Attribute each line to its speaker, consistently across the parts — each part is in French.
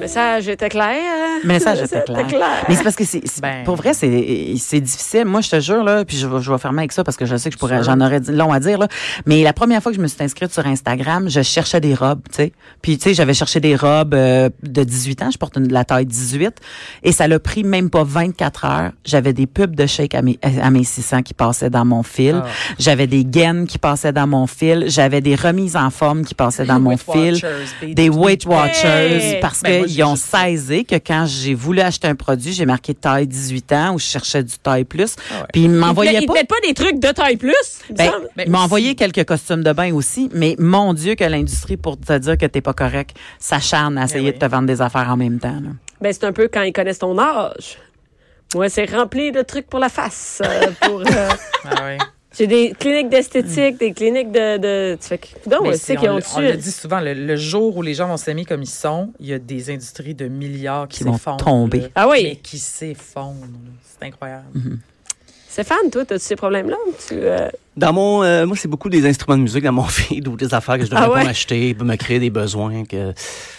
Speaker 1: message était clair.
Speaker 2: Le message était clair. Mais c'est parce que c'est, c'est-
Speaker 3: Ben.
Speaker 2: pour vrai, c'est, c'est difficile. Moi, je te jure, là, puis je, vais- je vais fermer avec ça parce que je sais que je pourrais,
Speaker 3: Sûr.
Speaker 2: j'en aurais dit- long à dire, là. Mais la première fois que je me suis inscrite sur Instagram, je cherchais des robes, tu sais. Puis, tu sais, j'avais cherché des robes euh, de 18 ans. Je porte une, de la taille 18. Et ça l'a pris même pas 24 heures. J'avais des pubs de shake à mes, à mes 600 qui passaient dans mon fil.
Speaker 3: Ah.
Speaker 2: J'avais des gaines qui passaient dans mon fil. J'avais des remises en forme qui passaient dans mon
Speaker 3: Weight
Speaker 2: fil
Speaker 3: Watchers, des-
Speaker 2: des Weight Watchers
Speaker 1: Hey!
Speaker 2: parce
Speaker 3: Ben, moi,
Speaker 2: qu'ils
Speaker 3: j'ai
Speaker 2: ont
Speaker 3: juste-
Speaker 2: saisi que quand j'ai voulu acheter un produit, j'ai marqué taille 18 ans ou je cherchais du taille plus,
Speaker 3: Ah ouais.
Speaker 2: puis ils
Speaker 1: Ils
Speaker 2: m'envoyaient
Speaker 1: te
Speaker 2: pas.
Speaker 1: mettent pas des trucs de taille plus. il me
Speaker 2: Ben,
Speaker 1: semble.
Speaker 3: Ben,
Speaker 2: ils m'ont
Speaker 3: aussi.
Speaker 2: envoyé quelques costumes de bain aussi, mais mon Dieu que l'industrie, pour te dire que t'es pas correct, s'acharne à essayer
Speaker 3: Eh oui.
Speaker 2: de te vendre des affaires en même temps. là.
Speaker 1: Ben, c'est un peu quand ils connaissent ton âge. Moi, c'est rempli de trucs pour la face. euh, pour, euh,
Speaker 3: Ah ouais.
Speaker 1: j'ai des cliniques d'esthétique, des cliniques de. de tu fais que- coudonc, c'est
Speaker 3: Mais Ben, c'est-
Speaker 1: qu'ils
Speaker 3: on
Speaker 1: ont
Speaker 3: le- On le
Speaker 1: su.
Speaker 3: dit souvent, le, le jour où les gens vont s'aimer comme ils sont, il y a des industries de milliards qui,
Speaker 2: Qui vont
Speaker 3: s'effondrent,
Speaker 2: tomber.
Speaker 3: là.
Speaker 1: Ah oui.
Speaker 3: Mais qui s'effondrent. là. C'est incroyable.
Speaker 1: Stéphane, toi, as-tu ces problèmes-là? ou Tu, euh,
Speaker 4: Dans mon, euh, moi, c'est beaucoup des instruments de musique dans mon feed ou des affaires que je devrais
Speaker 1: Ah ouais?
Speaker 4: pas m'acheter, me créer des besoins que.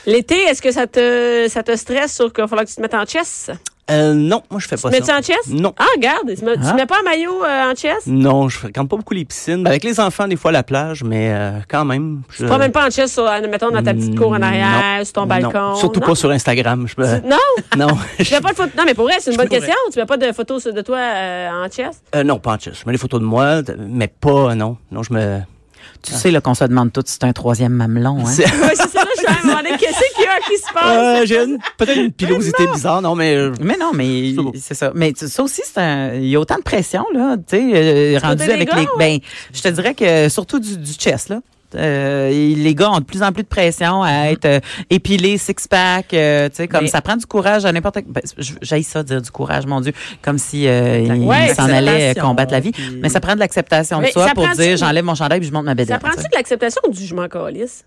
Speaker 1: L'été, est-ce que ça te, ça te stresse sur qu'il va falloir que tu te mettes en chess?
Speaker 4: Euh, non, moi, je fais pas
Speaker 1: Mets-tu
Speaker 4: ça.
Speaker 1: en chess?
Speaker 4: Non.
Speaker 1: Ah, regarde, tu, me- tu
Speaker 2: Ah.
Speaker 1: mets pas un maillot euh, en chess?
Speaker 4: Non, je fréquente pas beaucoup les piscines. Ben, avec les enfants, des fois, la plage, mais euh, quand même. Je Mm,
Speaker 1: Tu te promènes pas en chess, sur, euh, mettons, dans ta petite cour en arrière,
Speaker 4: Non.
Speaker 1: sur ton
Speaker 4: Non.
Speaker 1: balcon?
Speaker 4: Surtout
Speaker 1: non?
Speaker 4: pas sur Instagram. Je me-
Speaker 1: Non,
Speaker 4: non.
Speaker 1: tu mets pas de photo. Non, mais pour vrai, c'est une bonne
Speaker 4: pourrais.
Speaker 1: question. Tu mets pas de photos de toi euh, en chess?
Speaker 4: Euh, non, pas en chess. Je mets des photos de moi, de- mais pas, non. Non, je me.
Speaker 3: Ah.
Speaker 2: Tu sais là, qu'on se demande tout si c'est un troisième mamelon. Hein?
Speaker 4: C'est-
Speaker 1: Oui, c'est ça, là, je suis à un moment donné, qu'est-ce qu'il y a qui se passe?
Speaker 4: Euh, J'ai une- peut-être une pilosité bizarre, non, mais. euh,
Speaker 2: Mais non, mais
Speaker 4: C'est beau.
Speaker 2: c'est ça. Mais tu- ça aussi, c'est un- il y a autant de pression là, tu sais, euh, rendu
Speaker 1: côté des
Speaker 2: avec
Speaker 1: gars,
Speaker 2: les. Ben, je te dirais que surtout du, du chess là. Euh, et les gars ont de plus en plus de pression
Speaker 1: Mm-hmm.
Speaker 2: à être euh, épilés, six-pack, euh, tu sais, comme
Speaker 3: Mais-
Speaker 2: ça prend du courage à n'importe. Ben, j- J'haïs ça dire du courage, mon Dieu, comme si euh, ils
Speaker 1: Ouais,
Speaker 2: s'en allaient
Speaker 3: l'acceptation,
Speaker 2: combattre la vie.
Speaker 3: puis-
Speaker 2: Mais ça prend de l'acceptation de
Speaker 1: Mais
Speaker 2: soi
Speaker 1: ça
Speaker 2: pour
Speaker 1: prend-tu-
Speaker 2: dire j'enlève mon chandail puis je monte ma
Speaker 1: Ça
Speaker 2: bédaine. tu
Speaker 1: prend-tu
Speaker 2: sais.
Speaker 1: de l'acceptation ou du je m'en calisse?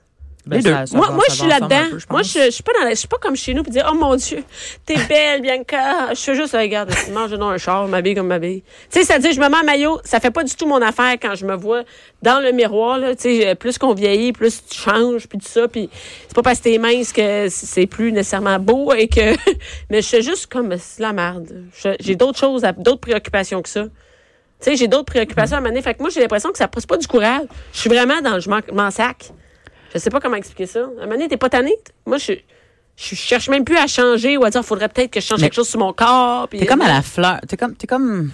Speaker 2: Les deux.
Speaker 1: Moi, moi je suis là-dedans. moi, je, je suis pas dans la- je suis pas comme chez nous pour dire, oh mon Dieu, t'es belle, Bianca. Je suis juste, regarde, mange dans un char, m'habille comme m'habille. Tu sais, c'est-à-dire, je me mets en maillot, ça fait pas du tout mon affaire quand je me vois dans le miroir, là. Tu sais, plus qu'on vieillit, plus tu changes, puis tout ça, puis c'est pas parce que t'es mince que c'est plus nécessairement beau et que, mais je suis juste comme, c'est de la merde. Je- J'ai d'autres choses, à- d'autres préoccupations que ça. Tu sais, j'ai d'autres préoccupations à mener. Fait que moi, j'ai l'impression que ça pousse pas du courage. Je suis vraiment dans le je m'en- m'en sac. Je sais pas comment expliquer ça. À un moment donné, t'es pas tanné. t- Moi, je, je cherche même plus à changer ou à dire faudrait peut-être que je change
Speaker 2: Mais-
Speaker 1: quelque chose sur mon corps. puis-
Speaker 2: T'es comme à la fleur. T'es comme, t'es comme,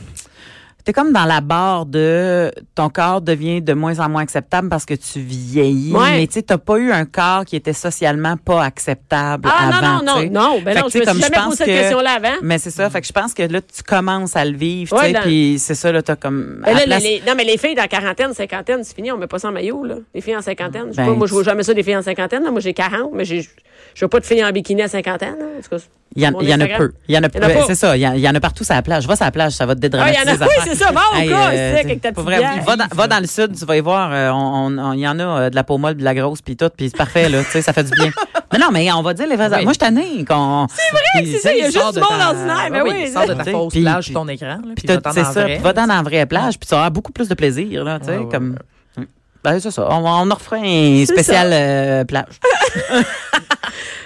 Speaker 2: t'es comme dans la barre de ton corps devient de moins en moins acceptable parce que tu vieillis.
Speaker 1: Ouais.
Speaker 2: Mais tu sais, t'as pas eu un corps qui était socialement pas acceptable
Speaker 1: Ah non,
Speaker 2: avant.
Speaker 1: non,
Speaker 2: tu sais.
Speaker 1: non, non. Ben
Speaker 2: Fait
Speaker 1: non,
Speaker 2: que,
Speaker 1: je
Speaker 2: tu sais,
Speaker 1: me suis
Speaker 2: comme
Speaker 1: jamais
Speaker 2: pense
Speaker 1: posé cette
Speaker 2: que-
Speaker 1: question-là avant.
Speaker 2: Mais c'est ça. Fait que je pense que là, tu commences à le vivre.
Speaker 1: Ouais,
Speaker 2: tu sais,
Speaker 1: dans-
Speaker 2: puis c'est ça, là, t'as comme. à
Speaker 1: Ben là,
Speaker 2: place-
Speaker 1: les- les- non, mais les filles dans la quarantaine, cinquantaine, c'est fini, on met pas ça en maillot, là. Les filles en cinquantaine. Je sais
Speaker 2: Ben,
Speaker 1: pas, moi, je vois
Speaker 2: tu-
Speaker 1: jamais ça des filles en cinquantaine, là. Moi, j'ai 40, mais j'ai, je vois pas de filles en bikini à cinquantaine, là. En tout cas, c'est-
Speaker 2: Il y, en,
Speaker 1: mon
Speaker 2: il y en a
Speaker 1: Instagram.
Speaker 2: peu. Il y en a peu.
Speaker 1: Il y en a pas.
Speaker 2: C'est ça. Il y, en- il y en a partout sur la plage. Va sur la plage, ça va
Speaker 1: Ah,
Speaker 2: te
Speaker 1: il
Speaker 2: dédramatiser.
Speaker 1: y en a,
Speaker 2: les
Speaker 1: oui,
Speaker 2: affaires.
Speaker 1: c'est ça. Va au
Speaker 2: Hey,
Speaker 1: gars,
Speaker 2: euh,
Speaker 1: Oh, c'est ça, avec ta
Speaker 2: pour
Speaker 1: petite
Speaker 2: vrai,
Speaker 1: bière.
Speaker 2: va, dans, va dans le sud, tu vas y voir. euh, on, on- on- il y en a euh, de la peau molle, de la grosse, puis tout, puis c'est parfait, là. Tu sais, ça fait du bien. Mais non, mais on va dire les vrais.
Speaker 3: Oui.
Speaker 2: Moi, je t'année qu'on. C'est vrai
Speaker 1: que c'est ça, il y a juste du monde ordinaire, mais oui,
Speaker 3: sors de
Speaker 2: tu
Speaker 3: ta
Speaker 2: sais,
Speaker 3: fausse
Speaker 2: puis-
Speaker 3: plage
Speaker 2: puis-
Speaker 3: ton écran. là,
Speaker 2: Puis
Speaker 3: Puis va-t'en
Speaker 2: t'as- c'est
Speaker 3: dans
Speaker 2: ça.
Speaker 3: vrai.
Speaker 2: Puis va dans la vraie plage, puis tu auras beaucoup plus de plaisir, là. Tu sais,
Speaker 3: Ouais, ouais,
Speaker 2: comme.
Speaker 3: ouais.
Speaker 2: Ben, c'est ça. On, on en refera un
Speaker 1: C'est Ah,
Speaker 2: spécial euh, plage.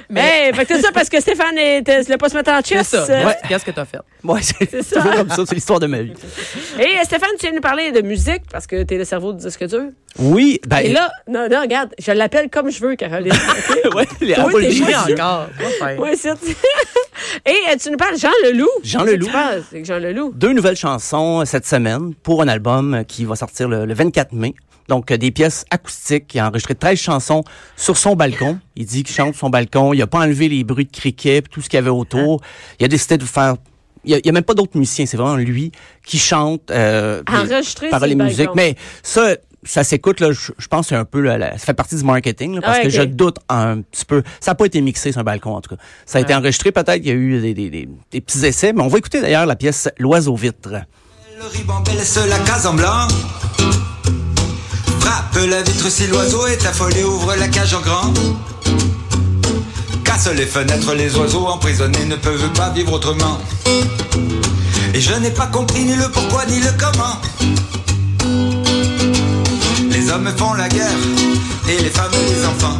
Speaker 1: Mais, fait que Eh, ben, c'est ça parce que Stéphane est, euh, se l'a pas se mettre en
Speaker 3: C'est
Speaker 1: chess.
Speaker 3: ça.
Speaker 1: euh,
Speaker 3: Moi, Qu'est-ce que t'as fait?
Speaker 4: Ouais, c'est
Speaker 1: C'est ça.
Speaker 4: toujours comme ça, c'est l'histoire de ma vie.
Speaker 1: Et euh, Stéphane, tu viens de nous parler de musique parce que t'es le cerveau du disque dur.
Speaker 4: Oui, ben.
Speaker 1: Et là, non, non, regarde, je l'appelle comme je veux, Caroline.
Speaker 4: ouais, les- ah,
Speaker 1: Oui,
Speaker 4: faut le
Speaker 1: t'es
Speaker 4: dire.
Speaker 3: Oui,
Speaker 1: Jésus.
Speaker 3: encore. Quoi faire?
Speaker 1: Moi, c'est. Et euh, tu nous parles Jean Leloup.
Speaker 4: Jean
Speaker 1: Qu'est-ce que
Speaker 4: Leloup.
Speaker 1: tu penses avec Jean Leloup.
Speaker 4: Deux nouvelles chansons euh, cette semaine pour un album euh, qui va sortir le, le 24 mai. Donc, euh, des pièces acoustiques. Il a enregistré 13 chansons sur son balcon. Il dit qu'il chante sur son balcon. Il a pas enlevé les bruits de criquets puis tout ce qu'il y avait autour. Il a décidé de faire... Il y a, il y a même pas d'autres musiciens. C'est vraiment lui qui chante. Euh,
Speaker 1: Ah,
Speaker 4: puis-
Speaker 1: Enregistré
Speaker 4: paroles
Speaker 1: sur
Speaker 4: et
Speaker 1: le
Speaker 4: musique.
Speaker 1: balcon.
Speaker 4: Mais ça, ça s'écoute, là, je, je pense que c'est un peu, là, la- ça fait partie du marketing, là, parce
Speaker 1: Ah,
Speaker 4: que
Speaker 1: ok.
Speaker 4: je doute un petit peu. Ça n'a pas été mixé sur un balcon, en tout cas. Ça a été enregistré, peut-être, il y a eu des, des- des- des petits essais, mais on va écouter d'ailleurs la pièce L'oiseau vitre.
Speaker 5: Le ribambelle se la case en blanc. Frappe la vitre si l'oiseau est affolé, ouvre la cage en grand. Casse les fenêtres, les oiseaux emprisonnés ne peuvent pas vivre autrement. Et je n'ai pas compris ni le pourquoi ni le comment. Les hommes font la guerre et les femmes et les enfants.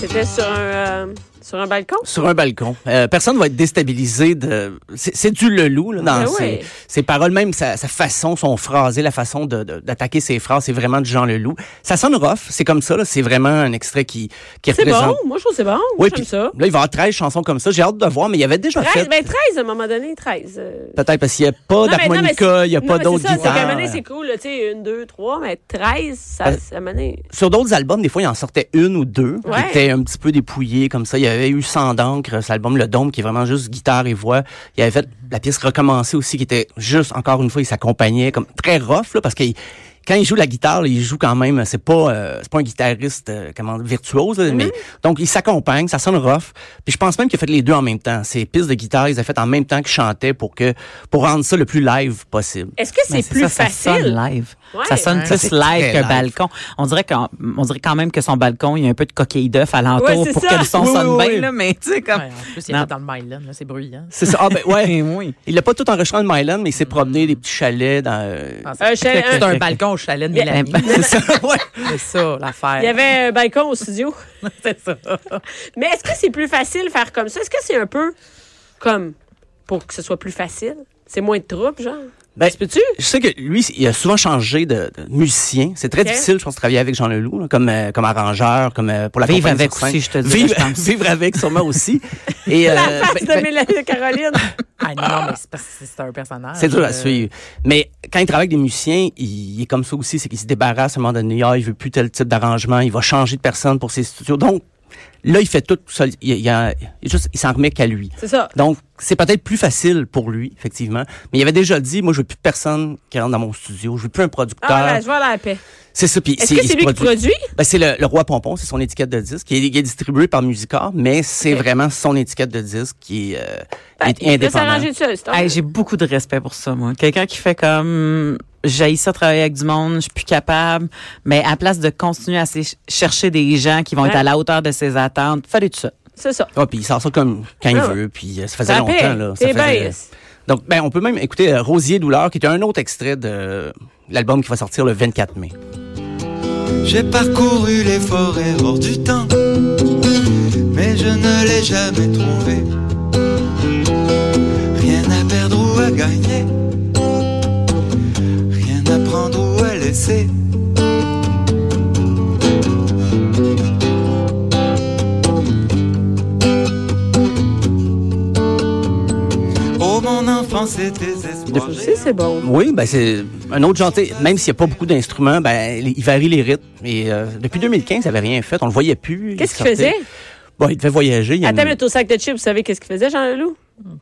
Speaker 1: C'était sur un, euh, sur un balcon.
Speaker 4: Sur un balcon. Euh, personne va être déstabilisé de. C'est c'est du Leloup là, dans
Speaker 1: Ben
Speaker 4: ses,
Speaker 1: oui.
Speaker 4: ses paroles, même sa, sa façon, son phrasé, la façon de- de- d'attaquer ses phrases, c'est vraiment du Jean Leloup. Ça sonne rough, c'est comme ça. là. C'est vraiment un extrait qui qui
Speaker 1: C'est
Speaker 4: représente.
Speaker 1: bon. Moi, je trouve que c'est bon.
Speaker 4: Oui,
Speaker 1: J'aime
Speaker 4: puis
Speaker 1: ça.
Speaker 4: là, il va y avoir 13 chansons comme ça. J'ai hâte de voir, mais il y avait déjà
Speaker 1: 13,
Speaker 4: fait.
Speaker 1: ben 13 à un moment donné, 13. euh.
Speaker 4: Peut-être parce qu'il n'y a pas
Speaker 1: Non, mais- non, mais
Speaker 4: d'harmonica,
Speaker 1: c'est-
Speaker 4: il n'y a
Speaker 1: non,
Speaker 4: pas
Speaker 1: mais
Speaker 4: d'autres
Speaker 1: C'est ça, c'est qu'à un moment
Speaker 4: guitares.
Speaker 1: donné, c'est cool, là, tu sais, une, deux, trois, mais 13, ça,
Speaker 4: Ben-
Speaker 1: ça menait.
Speaker 4: Sur d'autres albums, des fois, il en sortait une ou deux qui
Speaker 1: Ouais.
Speaker 4: étaient un petit peu dépouillées comme ça. Il y avait eu Sans d'encre, cet album Le Dôme, qui est vraiment juste guitare et voix. Il y avait fait la pièce Recommencer aussi, qui était juste, encore une fois, il s'accompagnait comme très rough, là, parce que quand il joue la guitare, là, il joue quand même, c'est pas, euh, c'est pas un guitariste euh, comment virtuose, là, mais
Speaker 1: Mm-hmm.
Speaker 4: donc il s'accompagne, ça sonne rough. Puis je pense même qu'il a fait les deux en même temps. Ces pistes de guitare, ils les a fait en même temps qu'il chantait pour que pour rendre ça le plus live possible.
Speaker 1: Est-ce que
Speaker 2: Mais
Speaker 1: c'est plus
Speaker 2: ça, Ça
Speaker 1: facile?
Speaker 2: sonne live.
Speaker 1: Ouais.
Speaker 2: Ça sonne
Speaker 1: Ouais.
Speaker 2: plus
Speaker 4: Ça, c'est
Speaker 2: live
Speaker 4: très
Speaker 2: que
Speaker 4: live.
Speaker 2: balcon. On dirait, qu'on- on dirait quand même que son balcon, il y a un peu de coquille d'œuf
Speaker 1: Ouais,
Speaker 2: alentour
Speaker 1: c'est
Speaker 2: pour
Speaker 1: ça.
Speaker 2: que le son
Speaker 4: Oui,
Speaker 2: sonne
Speaker 4: oui,
Speaker 2: bien,
Speaker 4: oui.
Speaker 2: là, mais tu sais, comme.
Speaker 3: Ouais, en plus, il
Speaker 2: Non.
Speaker 3: est dans le Myland, là, c'est bruyant.
Speaker 4: C'est ça. Ah ben ouais.
Speaker 2: Eh oui.
Speaker 4: Il l'a pas tout enregistré dans le Myland, mais il
Speaker 2: Mm-hmm.
Speaker 4: s'est promené des petits chalets dans. euh,
Speaker 3: Ah,
Speaker 1: Un chalet-
Speaker 3: C'est
Speaker 1: un-
Speaker 3: un balcon au chalet de
Speaker 2: Ben,
Speaker 3: Mélanie.
Speaker 4: C'est ça, ouais.
Speaker 3: C'est ça, l'affaire.
Speaker 1: Il y avait un balcon au studio.
Speaker 3: C'est ça.
Speaker 1: Mais est-ce que c'est plus facile faire comme ça? Est-ce que c'est un peu comme pour que ce soit plus facile? C'est moins de troubles, genre? Euh,
Speaker 4: Ben,
Speaker 1: Peux-tu?
Speaker 4: je sais que lui, il a souvent changé de, de musicien. C'est très
Speaker 1: Ok.
Speaker 4: difficile, je pense, de travailler avec Jean Leloup, là, comme, euh, comme arrangeur, comme euh, pour la
Speaker 2: Vivre
Speaker 4: compagnie
Speaker 2: avec
Speaker 4: sur scène.
Speaker 2: aussi, je te dirais,
Speaker 4: Vivre,
Speaker 2: je pense.
Speaker 4: vivre avec, sûrement aussi. Et, euh,
Speaker 1: La face
Speaker 4: ben,
Speaker 1: de
Speaker 4: ben,
Speaker 1: Mélanie Caroline.
Speaker 3: Ah non, mais c'est parce que c'est un personnage.
Speaker 4: c'est
Speaker 2: Ah,
Speaker 4: dur
Speaker 3: euh,
Speaker 4: à suivre. Mais quand il travaille avec des musiciens, il, il est comme ça aussi, c'est qu'il se débarrasse à un moment donné. Ah, il veut plus tel type d'arrangement, il va changer de personne pour ses studios. Donc, là, il fait tout seul. Il, il, a- il juste, il s'en remet qu'à lui.
Speaker 1: C'est ça.
Speaker 4: Donc, c'est peut-être plus facile pour lui, effectivement. Mais il avait déjà dit, moi, je veux plus personne qui rentre dans mon studio. Je veux plus un producteur.
Speaker 1: Ah, ben, je vois la paix.
Speaker 4: C'est ça. Puis
Speaker 1: Est-ce que
Speaker 4: il
Speaker 1: c'est
Speaker 4: se
Speaker 1: lui qui produit?
Speaker 4: Ben, c'est le, le roi pompon, c'est son étiquette de disque. Il est, il est distribué par Musicor, mais c'est
Speaker 1: Ok. Ben,
Speaker 4: vraiment son étiquette de disque qui est, euh, est
Speaker 1: Il peut
Speaker 4: indépendant.
Speaker 1: s'arranger de ça, c'est
Speaker 2: Hey, j'ai beaucoup de respect pour ça, moi. Quelqu'un qui fait comme j'ai ça travailler avec du monde, je suis plus capable, mais à place de continuer à ch- chercher des gens qui vont
Speaker 1: Ouais.
Speaker 2: être à la hauteur de ses attentes, fallait tout ça.
Speaker 1: C'est ça.
Speaker 4: Ah, puis il sort ça comme quand il
Speaker 1: Ah.
Speaker 4: veut, puis euh, ça faisait
Speaker 1: Ça Eh ben,
Speaker 4: longtemps là. Ça
Speaker 1: C'est
Speaker 4: faisait-
Speaker 1: bien.
Speaker 4: Donc, ben, on peut même écouter euh, Rosier Douleur, qui est un autre extrait de euh, l'album qui va sortir le 24 mai.
Speaker 5: J'ai parcouru les forêts hors du temps, mais je ne l'ai jamais trouvé. Rien à perdre ou à gagner, rien à prendre ou à laisser. Oh mon enfant, c'était espoir.
Speaker 1: Tu sais, c'est bon.
Speaker 4: Oui, ben c'est un autre genre, tu sais, même s'il n'y a pas beaucoup d'instruments, ben il il varie les rythmes. Et euh, depuis 2015, il avait rien fait, on le voyait plus. il
Speaker 1: Qu'est-ce qu'il
Speaker 4: sortait.
Speaker 1: faisait?
Speaker 4: Bon, il devait voyager. il y a
Speaker 1: Attends,
Speaker 4: une-
Speaker 1: mais au sac de chips, vous savez qu'est-ce qu'il faisait, Jean-Leloup?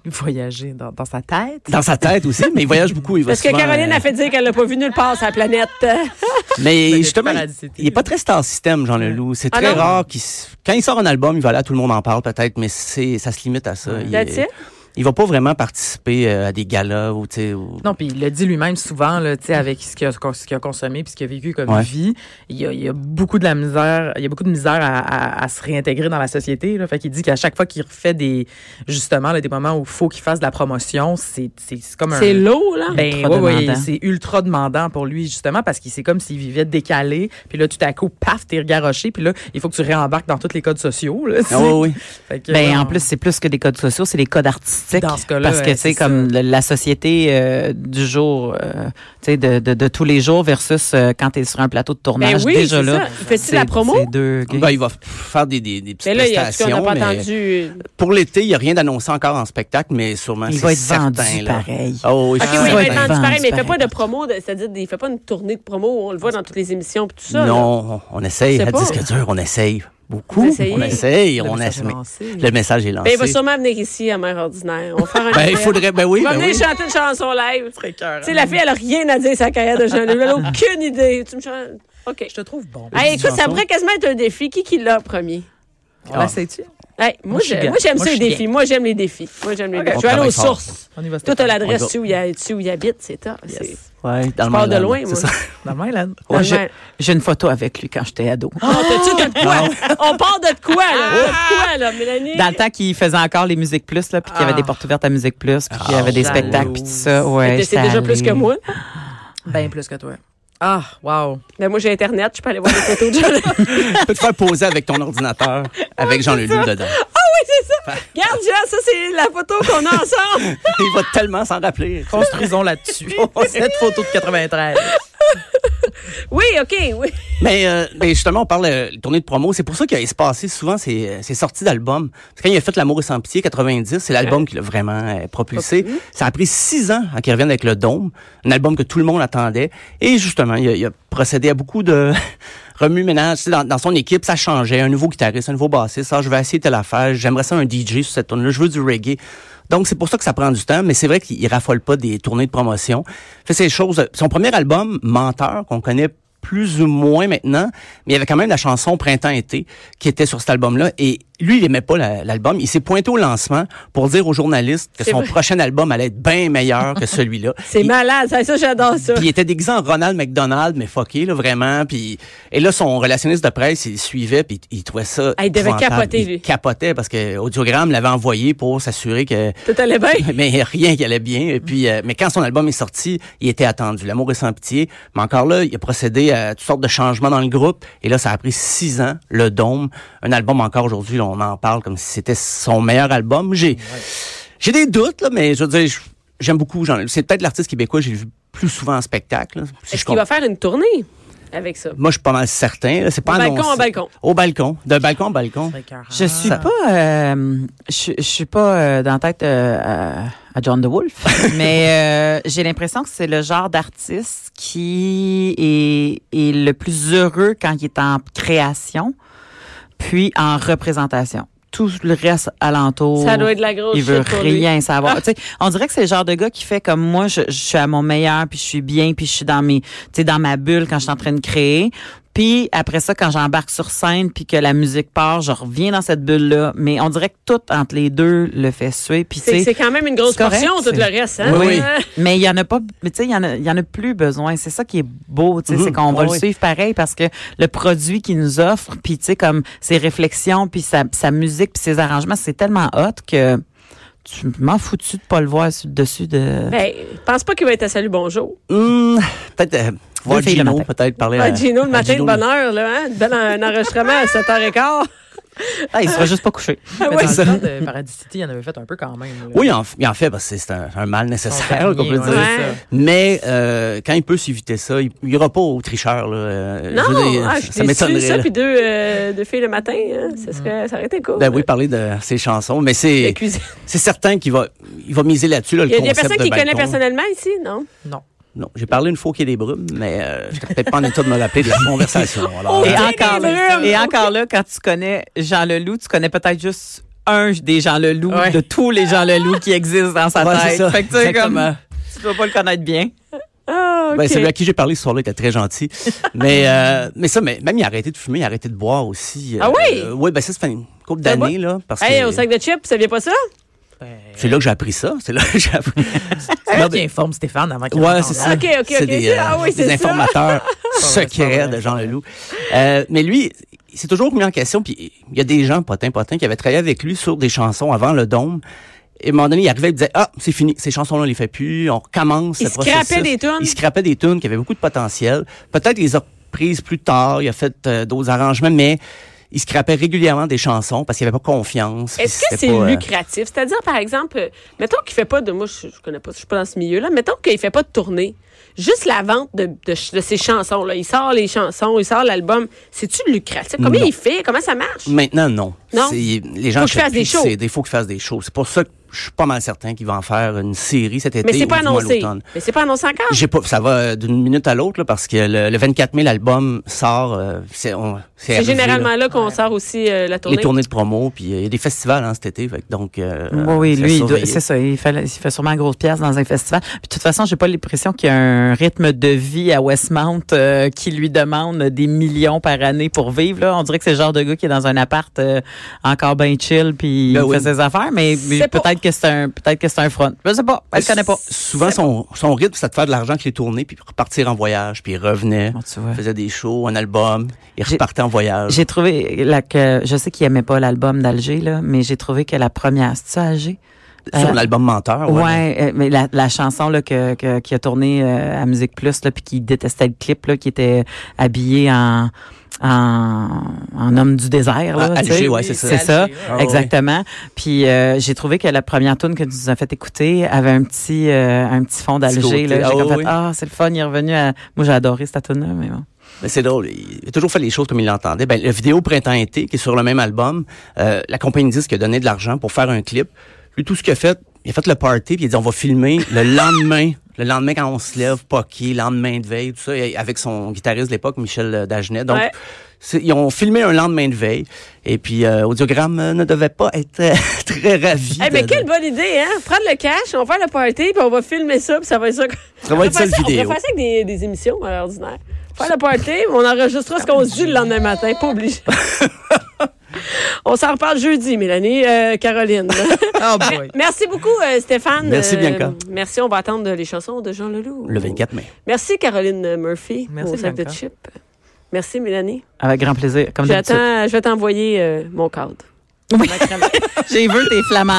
Speaker 3: Voyager dans, dans sa tête.
Speaker 4: dans sa tête aussi, mais il voyage beaucoup. Il va
Speaker 1: Parce que
Speaker 4: souvent,
Speaker 1: Caroline
Speaker 4: euh,
Speaker 1: a fait dire qu'elle l'a pas vu nulle part sur la planète.
Speaker 4: Mais
Speaker 3: Planète
Speaker 4: justement,
Speaker 3: Paradis City.
Speaker 4: il est pas très star system, Jean Leloup. C'est
Speaker 1: Ah
Speaker 4: très
Speaker 1: non?
Speaker 4: rare qu'il s- quand il sort un album, il va là, tout le monde en parle peut-être, mais c'est ça se limite à ça. Il,
Speaker 1: That's it?
Speaker 4: il va pas vraiment participer euh, à des galas ou tu sais. ou-
Speaker 3: Non, puis il le dit lui-même souvent, là, tu sais, avec ce qu'il a, ce qu'il a consommé puis ce qu'il a vécu comme
Speaker 4: Ouais.
Speaker 3: vie. Il y a, il y a beaucoup de la misère, il y a beaucoup de misère à, à- à se réintégrer dans la société. Là. Fait qu'il dit qu'à chaque fois qu'il refait des, justement, là, des moments où il faut qu'il fasse de la promotion, c'est c'est- c'est comme un.
Speaker 1: C'est l'eau, là.
Speaker 3: Ben,
Speaker 2: Ultra
Speaker 3: ouais, ouais,
Speaker 2: demandant.
Speaker 3: c'est ultra demandant pour lui, justement, parce que c'est comme s'il vivait décalé. Puis là, tout à coup, paf, t'es garoché. Puis là, il faut que tu réembarques dans tous les codes sociaux. Là, tu sais.
Speaker 4: Ah oui, oui.
Speaker 3: Fait que,
Speaker 2: Ben,
Speaker 3: euh,
Speaker 2: en plus, c'est plus que des codes sociaux, c'est des codes artistiques.
Speaker 3: Dans ce cas-là,
Speaker 2: Parce que,
Speaker 3: ouais,
Speaker 2: tu sais,
Speaker 3: c'est
Speaker 2: comme le- la société euh, du jour, euh, tu sais, de, de, de tous les jours versus euh, quand t'es sur un plateau de tournage,
Speaker 1: Ben oui,
Speaker 2: déjà
Speaker 1: c'est
Speaker 2: là.
Speaker 1: ça. Il fait-tu de la
Speaker 2: c'est-
Speaker 1: promo?
Speaker 2: c'est deux gays.
Speaker 4: Ben, il va f- faire des, des, des petites
Speaker 1: Mais là, il y a en tout cas,
Speaker 4: prestations.
Speaker 1: on n'a pas
Speaker 4: mais
Speaker 1: entendu.
Speaker 4: Pour l'été, il n'y a rien d'annoncé encore en spectacle, mais sûrement
Speaker 2: il
Speaker 4: c'est
Speaker 2: va être
Speaker 4: certain,
Speaker 2: vendu
Speaker 4: là.
Speaker 2: pareil.
Speaker 4: Oh, oui,
Speaker 1: OK,
Speaker 4: c'est
Speaker 1: oui, il va
Speaker 2: ouais,
Speaker 1: être
Speaker 4: certain.
Speaker 1: vendu
Speaker 2: vendu
Speaker 1: pareil, mais il fait
Speaker 2: pareil.
Speaker 1: pas de promo, de- c'est-à-dire, il fait pas une tournée de promo. On le voit dans toutes les émissions, puis tout ça. là.
Speaker 4: Non, on on essaye.
Speaker 1: Je sais
Speaker 4: À
Speaker 1: pas.
Speaker 4: disque dur, on essaye beaucoup.
Speaker 1: Vous essayez.
Speaker 4: On essaye.
Speaker 3: le
Speaker 4: on
Speaker 3: message est
Speaker 4: essaye.
Speaker 3: lancé.
Speaker 4: Le message est lancé.
Speaker 1: Ben, il va sûrement venir ici à Mère Ordinaire. On va faire un
Speaker 4: Ben, il
Speaker 1: duel.
Speaker 4: faudrait. Ben oui.
Speaker 1: Il va
Speaker 4: ben
Speaker 1: venir
Speaker 4: oui.
Speaker 1: chanter une chanson live. Tu
Speaker 4: hein.
Speaker 1: sais, la fille, elle a rien à dire, sa carrière de jeune. Elle a aucune idée. Tu me chantes. OK.
Speaker 3: Je te trouve bon.
Speaker 1: Hey, écoute, ça
Speaker 4: chanson.
Speaker 1: pourrait quasiment être un défi. Qui qui l'a premier?
Speaker 3: On l'essaie-tu?
Speaker 1: Hey, moi,
Speaker 3: je suis
Speaker 1: je-
Speaker 3: bien.
Speaker 1: moi, j'aime
Speaker 3: Moi,
Speaker 1: ça,
Speaker 3: je
Speaker 1: les
Speaker 3: suis
Speaker 1: défis. Moi, j'aime les défis. Moi, j'aime les défis. Je vais
Speaker 4: On
Speaker 1: aller aux
Speaker 4: travaille fort.
Speaker 1: sources.
Speaker 3: On y va.
Speaker 1: Toi, t'as
Speaker 4: Ah, On
Speaker 1: l'adresse
Speaker 4: va.
Speaker 1: tu où il y a- tu où il habite, c'est ça. C'est-
Speaker 3: Yes.
Speaker 4: Ouais, dans
Speaker 1: Je
Speaker 4: le
Speaker 1: pars de
Speaker 4: Maryland,
Speaker 1: loin,
Speaker 4: c'est
Speaker 1: moi.
Speaker 4: ça.
Speaker 3: Dans Myland.
Speaker 1: Dans le
Speaker 2: J'ai-
Speaker 1: Maryland.
Speaker 2: J'ai une photo avec lui quand j'étais ado.
Speaker 1: Oh, t'as-tu de quoi? On part de quoi, là? De quoi, là, Mélanie?
Speaker 2: Dans le temps qu'il faisait encore les musiques plus, là, puis qu'il y avait
Speaker 3: Ah.
Speaker 2: des portes ouvertes à musique plus, puis qu'il y avait des
Speaker 3: jalouse.
Speaker 2: spectacles, puis tout ça. Ouais,
Speaker 1: C'est
Speaker 2: j'étais
Speaker 1: déjà plus
Speaker 2: allée.
Speaker 1: que moi.
Speaker 3: Bien Ben plus que toi. Ah, wow.
Speaker 1: Ben, moi, j'ai Internet, je peux aller voir les photos de Jean-Leloup. ah
Speaker 4: Tu peux te faire poser avec ton ordinateur, avec Jean-Leloup dedans.
Speaker 1: oui, c'est ça! Regarde, Jean, ça, c'est la photo qu'on a ensemble.
Speaker 4: Il va tellement s'en rappeler.
Speaker 3: Construisons là-dessus. Cette photo de 93.
Speaker 1: Oui, OK, oui.
Speaker 4: Mais, euh, mais justement, on parle euh, de tournée de promo. C'est pour ça qu'il a espacé souvent ses, euh, ses sorties d'albums. Parce que quand il a fait L'amour et sans pitié, 90, c'est l'album qui l'a vraiment euh, propulsé. Ça a pris six ans à qu'il revienne avec Le Dôme, un album que tout le monde attendait. Et justement, il a, il a procédé à beaucoup de remue-ménage. Tu sais, Dans, dans son équipe, ça changeait. Un nouveau guitariste, un nouveau bassiste. Ah, je vais essayer telle affaire. J'aimerais ça un DJ sur cette tournée-là. Je veux du reggae. Donc, c'est pour ça que ça prend du temps, mais c'est vrai qu'il il raffole pas des tournées de promotion. Fait ces choses. Son premier album, Menteur, qu'on connaît plus ou moins maintenant, mais il y avait quand même la chanson Printemps-été qui était sur cet album-là. Et lui, il aimait pas la- l'album. Il s'est pointé au lancement pour dire aux journalistes que
Speaker 1: C'est
Speaker 4: son
Speaker 1: vrai.
Speaker 4: prochain album allait être bien meilleur que celui-là.
Speaker 1: C'est
Speaker 4: Il-
Speaker 1: malade, ça, ça, j'adore ça.
Speaker 4: puis il était déguisé en Ronald McDonald, mais fucké, là, vraiment. Puis, et là, son relationniste de presse, il suivait, puis il trouvait ça.
Speaker 1: Ah, il devait
Speaker 4: épouvantable.
Speaker 1: capoter,
Speaker 4: Il
Speaker 1: lui.
Speaker 4: capotait parce que Audiogramme l'avait envoyé pour s'assurer que.
Speaker 1: Tout allait bien.
Speaker 4: Mais rien qui allait bien. Et puis, euh, mais quand son album est sorti, il était attendu. L'amour est sans pitié. Mais encore là, il a procédé à toutes sortes de changements dans le groupe. Et là, ça a pris six ans. Le Dôme, un album encore aujourd'hui, là, on en parle comme si c'était son meilleur album. J'ai, j'ai des doutes, là, mais je veux dire, je- j'aime beaucoup jean C'est peut-être l'artiste québécois que j'ai vu plus souvent en spectacle. là, si
Speaker 1: Est-ce
Speaker 4: je
Speaker 1: qu'il va
Speaker 4: compte.
Speaker 1: faire une tournée avec ça?
Speaker 4: Moi, je suis pas mal certain. là, C'est pas
Speaker 1: Au balcon,
Speaker 4: annoncé.
Speaker 1: au balcon.
Speaker 4: Au balcon. De balcon en balcon.
Speaker 3: hein.
Speaker 2: Je suis pas, euh, je, je suis pas euh, dans la tête euh, à, à John DeWolf, mais euh, j'ai l'impression que c'est le genre d'artiste qui est, est le plus heureux quand il est en création, puis en représentation. Tout le reste alentour.
Speaker 1: Ça doit être de la grosse
Speaker 2: Oh, Il veut
Speaker 1: shit pour lui. Ah.
Speaker 2: rien savoir. Tu sais, on dirait que c'est le genre de gars qui fait comme moi, je, je suis à mon meilleur, puis je suis bien, puis je suis dans mes, tu sais, dans ma bulle quand je suis en train de créer. Puis après ça, quand j'embarque sur scène, puis que la musique part, je reviens dans cette bulle là. Mais on dirait que tout entre les deux le fait suer. Puis tu
Speaker 1: C'est
Speaker 2: sais,
Speaker 1: c'est quand même une grosse
Speaker 2: c'est correct,
Speaker 1: portion, tout
Speaker 2: c'est-
Speaker 1: le reste. Hein?
Speaker 4: Oui, oui.
Speaker 1: Euh,
Speaker 2: mais il y en a pas, mais tu sais, il y en a, il y en a plus besoin. C'est ça qui est beau, tu sais,
Speaker 4: Mhm.
Speaker 2: c'est qu'on va
Speaker 4: Ah
Speaker 2: le
Speaker 4: oui.
Speaker 2: suivre pareil parce que le produit qu'il nous offre, puis tu sais comme ses réflexions, puis sa, sa musique, puis ses arrangements, c'est tellement hot que tu m'en foutu de pas le voir sur- dessus de.
Speaker 1: Ben, pense pas qu'il va être à Salut Bonjour.
Speaker 4: Hum, peut-être euh, voir
Speaker 2: filles le
Speaker 4: Gino,
Speaker 2: matin.
Speaker 4: peut-être parler
Speaker 1: Ah,
Speaker 4: à-
Speaker 1: Gino, le
Speaker 4: à
Speaker 1: matin de
Speaker 4: Gino.
Speaker 1: bonne heure, là, hein? Dans un enregistrement à 7h15.
Speaker 2: Ah, il sera juste pas couché.
Speaker 1: Ah,
Speaker 3: Mais
Speaker 1: ouais.
Speaker 3: dans le temps de Paradis City, il en avait fait un peu quand même. là.
Speaker 4: Oui, il en, f- il en fait parce que c'est un, un mal
Speaker 3: Son
Speaker 4: nécessaire, qu'on
Speaker 3: dernier,
Speaker 4: peut
Speaker 3: ouais,
Speaker 4: dire.
Speaker 1: Ouais.
Speaker 3: c'est ça.
Speaker 4: Mais euh, quand il peut s'éviter ça, il n'ira pas au tricheur. Là. Euh,
Speaker 1: Non,
Speaker 4: je veux dire,
Speaker 1: ah, je suis
Speaker 4: ça
Speaker 1: déçue,
Speaker 4: m'étonnerait.
Speaker 1: ça,
Speaker 4: là. Mm-hmm.
Speaker 1: puis deux, euh, deux filles le matin, hein, ça, serait, ça aurait été cool.
Speaker 4: Ben oui, parler de ses chansons, mais
Speaker 1: La
Speaker 4: c'est
Speaker 1: cuisine.
Speaker 4: c'est certain qu'il va il va miser là-dessus là, le
Speaker 1: Il y a des
Speaker 4: concept
Speaker 1: personnes
Speaker 4: de
Speaker 1: qui
Speaker 4: balcon.
Speaker 1: connaissent personnellement ici, non?
Speaker 3: Non.
Speaker 4: Non, j'ai parlé une fois qu'il y a des brumes, mais euh, j'étais peut-être pas en état de me rappeler de la conversation. Alors, euh,
Speaker 1: Oui. ah,
Speaker 2: Et
Speaker 1: Des
Speaker 2: encore, là,
Speaker 1: brumes.
Speaker 2: et encore là, quand tu connais Jean Leloup, tu connais peut-être juste un des Jean Leloup,
Speaker 3: Ouais.
Speaker 2: de tous les Jean Leloup qui existent dans sa
Speaker 4: Ouais, c'est
Speaker 2: tête.
Speaker 4: ça.
Speaker 2: Fait que tu sais, comme,
Speaker 4: Exactement.
Speaker 2: tu peux pas le connaître bien.
Speaker 1: Ah,
Speaker 4: Ben,
Speaker 1: OK.
Speaker 4: celui à qui j'ai parlé ce soir-là était très gentil. mais, euh, mais ça, mais, même il a arrêté de fumer, il a arrêté de boire aussi.
Speaker 1: Ah oui?
Speaker 4: Euh, oui, ben ça, ça fait une couple
Speaker 1: Ça
Speaker 4: d'années, là. Parce
Speaker 1: Hey,
Speaker 4: que
Speaker 1: au sac de chips, ça vient pas ça?
Speaker 4: c'est là que j'ai appris ça. C'est là que j'ai appris.
Speaker 3: C'est
Speaker 4: Non,
Speaker 3: toi
Speaker 4: mais-
Speaker 3: qui informe Stéphane avant qu'il
Speaker 4: Ouais,
Speaker 3: entende.
Speaker 4: c'est ça.
Speaker 1: Ok, ok,
Speaker 4: C'est
Speaker 1: ok.
Speaker 4: des, euh,
Speaker 1: Ah oui,
Speaker 4: des
Speaker 1: c'est ça.
Speaker 4: informateurs
Speaker 3: vrai, c'est pas
Speaker 4: secrets
Speaker 3: vrai,
Speaker 4: de Jean Leloup. Euh, mais lui, il s'est toujours mis en question. Puis il y a des gens, potin, potin, qui avaient travaillé avec lui sur des chansons avant le Dôme. Et à un moment donné, il arrivait et disait Ah, c'est fini, ces chansons-là, on les fait plus, on recommence
Speaker 1: Il
Speaker 4: ce
Speaker 1: scrapait
Speaker 4: processus.
Speaker 1: des tunes.
Speaker 4: Il scrapait des tunes qui avaient beaucoup de potentiel. Peut-être qu'il les a prises plus tard, il a fait euh, d'autres arrangements, mais il scrapait régulièrement des chansons parce qu'il avait pas confiance. puis
Speaker 1: Est-ce que c'est
Speaker 4: c'était pas, euh,
Speaker 1: lucratif? C'est-à-dire, par exemple, euh, mettons qu'il fait pas de. Moi, je, je connais pas, je suis pas dans ce milieu-là. Mettons qu'il fait pas de tournée. Juste la vente de, de, ch- de ses chansons-là. Il sort les chansons, il sort l'album. C'est-tu lucratif? Comment
Speaker 4: Non.
Speaker 1: il fait? Comment ça marche?
Speaker 4: Maintenant, non.
Speaker 1: Non?
Speaker 4: C'est- Les gens
Speaker 1: Faut que je
Speaker 4: achètent
Speaker 1: fasse des
Speaker 4: plus
Speaker 1: shows.
Speaker 4: ces- des- faut qu'ils fassent des shows. C'est pour ça que je suis pas mal certain qu'il va en faire une série cet été.
Speaker 1: Mais c'est pas
Speaker 4: ou du moins
Speaker 1: annoncé.
Speaker 4: l'automne.
Speaker 1: Mais c'est pas annoncé encore.
Speaker 4: J'ai pas, ça va euh, d'une minute à l'autre là, parce que le, le 24 mai l'album sort. euh, c'est on- c'est
Speaker 1: C'est
Speaker 4: arrivé,
Speaker 1: généralement
Speaker 4: là,
Speaker 1: là qu'on sort aussi euh, la
Speaker 4: les
Speaker 1: tournée.
Speaker 4: tournées de promo, puis euh, il y a des festivals hein, cet été. fait que donc euh,
Speaker 2: oui, oui,
Speaker 4: c'est
Speaker 2: lui, il doit-
Speaker 4: surveillé.
Speaker 2: c'est ça. Il fait, il fait sûrement grosse pièce dans un festival. Puis, de toute façon, j'ai pas l'impression qu'il y a un rythme de vie à Westmount euh, qui lui demande des millions par année pour vivre. Là. On dirait que c'est le genre de gars qui est dans un appart euh, encore bien chill, puis
Speaker 4: Ben
Speaker 2: il
Speaker 4: oui.
Speaker 2: fait ses affaires. Mais, mais
Speaker 1: C'est pas-
Speaker 2: peut-être que c'est un, peut-être que c'est un front. Je sais pas. Elle le connaît pas.
Speaker 4: Souvent son, son rythme, c'est de faire de l'argent avec les tournées, puis repartir en voyage, puis il revenait,
Speaker 2: Bon, tu vois.
Speaker 4: faisait des shows, un album, il
Speaker 2: J'ai-
Speaker 4: repartait en voyage.
Speaker 2: J'ai trouvé là, que je sais qu'il aimait pas l'album d'Alger là, mais j'ai trouvé que la première, c'est ça, Alger,
Speaker 4: Sur
Speaker 2: Euh,
Speaker 4: l'album Menteur.
Speaker 2: Ouais,
Speaker 4: Ah ouais. hein?
Speaker 2: euh, mais la, la chanson là, que, que- qui a tourné euh, à Musique Plus, là, puis qui détestait le clip, là, qui était habillé en, en, en homme du désert. Là,
Speaker 4: Ah,
Speaker 2: tu sais.
Speaker 4: Alger, ouais, c'est ça.
Speaker 2: C'est ça,
Speaker 3: Alger,
Speaker 4: ouais.
Speaker 2: exactement. Puis euh, j'ai trouvé que la première tune que tu nous as fait écouter avait un petit euh, un petit fond
Speaker 4: Petit
Speaker 2: d'Alger.
Speaker 4: côté.
Speaker 2: là. J'ai
Speaker 4: Ah
Speaker 2: comme
Speaker 4: oui,
Speaker 2: fait,
Speaker 4: oui.
Speaker 2: ah, c'est le fun, il est revenu à... Moi, j'ai adoré cette tune là mais bon.
Speaker 4: Mais Ben, c'est drôle, il a toujours fait les choses comme il l'entendait. Ben, la vidéo Printemps-été, qui est sur le même album, euh, la compagnie disque a donné de l'argent pour faire un clip. Lui, tout ce qu'il a fait, il a fait le party, puis il a dit, on va filmer le lendemain. Le lendemain, quand on se lève, Pocky, lendemain de veille, tout ça, et avec son guitariste de l'époque, Michel euh, Dagenet. Donc,
Speaker 1: Ouais.
Speaker 4: c'est- ils ont filmé un lendemain de veille, et puis euh, Audiogramme euh, ne devait pas être euh, très ravi.
Speaker 1: Eh bien,
Speaker 4: de-
Speaker 1: quelle
Speaker 4: de-
Speaker 1: bonne idée, hein? Prendre le cash, on va faire le party, puis on va filmer ça, puis ça va être ça.
Speaker 4: Ça va
Speaker 1: On pourrait
Speaker 4: être ça,
Speaker 1: faire
Speaker 4: le vidéo.
Speaker 1: On pourrait faire ça avec des, des émissions euh, ordinaires. Faire le party, on enregistrera ce qu'on se dit le lendemain matin, pas obligé. on s'en reparle jeudi, Mélanie, euh, Caroline.
Speaker 3: Oh boy.
Speaker 1: merci beaucoup, euh, Stéphane.
Speaker 4: Merci, Bianca.
Speaker 1: Merci, on va attendre les chansons de Jean Leloup.
Speaker 4: Le 24 mai.
Speaker 1: Merci, Caroline Murphy.
Speaker 3: Merci,
Speaker 1: au sac de
Speaker 3: Bianca.
Speaker 1: chip. Merci, Mélanie.
Speaker 2: Avec grand plaisir, comme d'habitude.
Speaker 1: J'attends, je vais t'envoyer euh, mon cadre.
Speaker 2: Oui. j'ai vu tes flamants.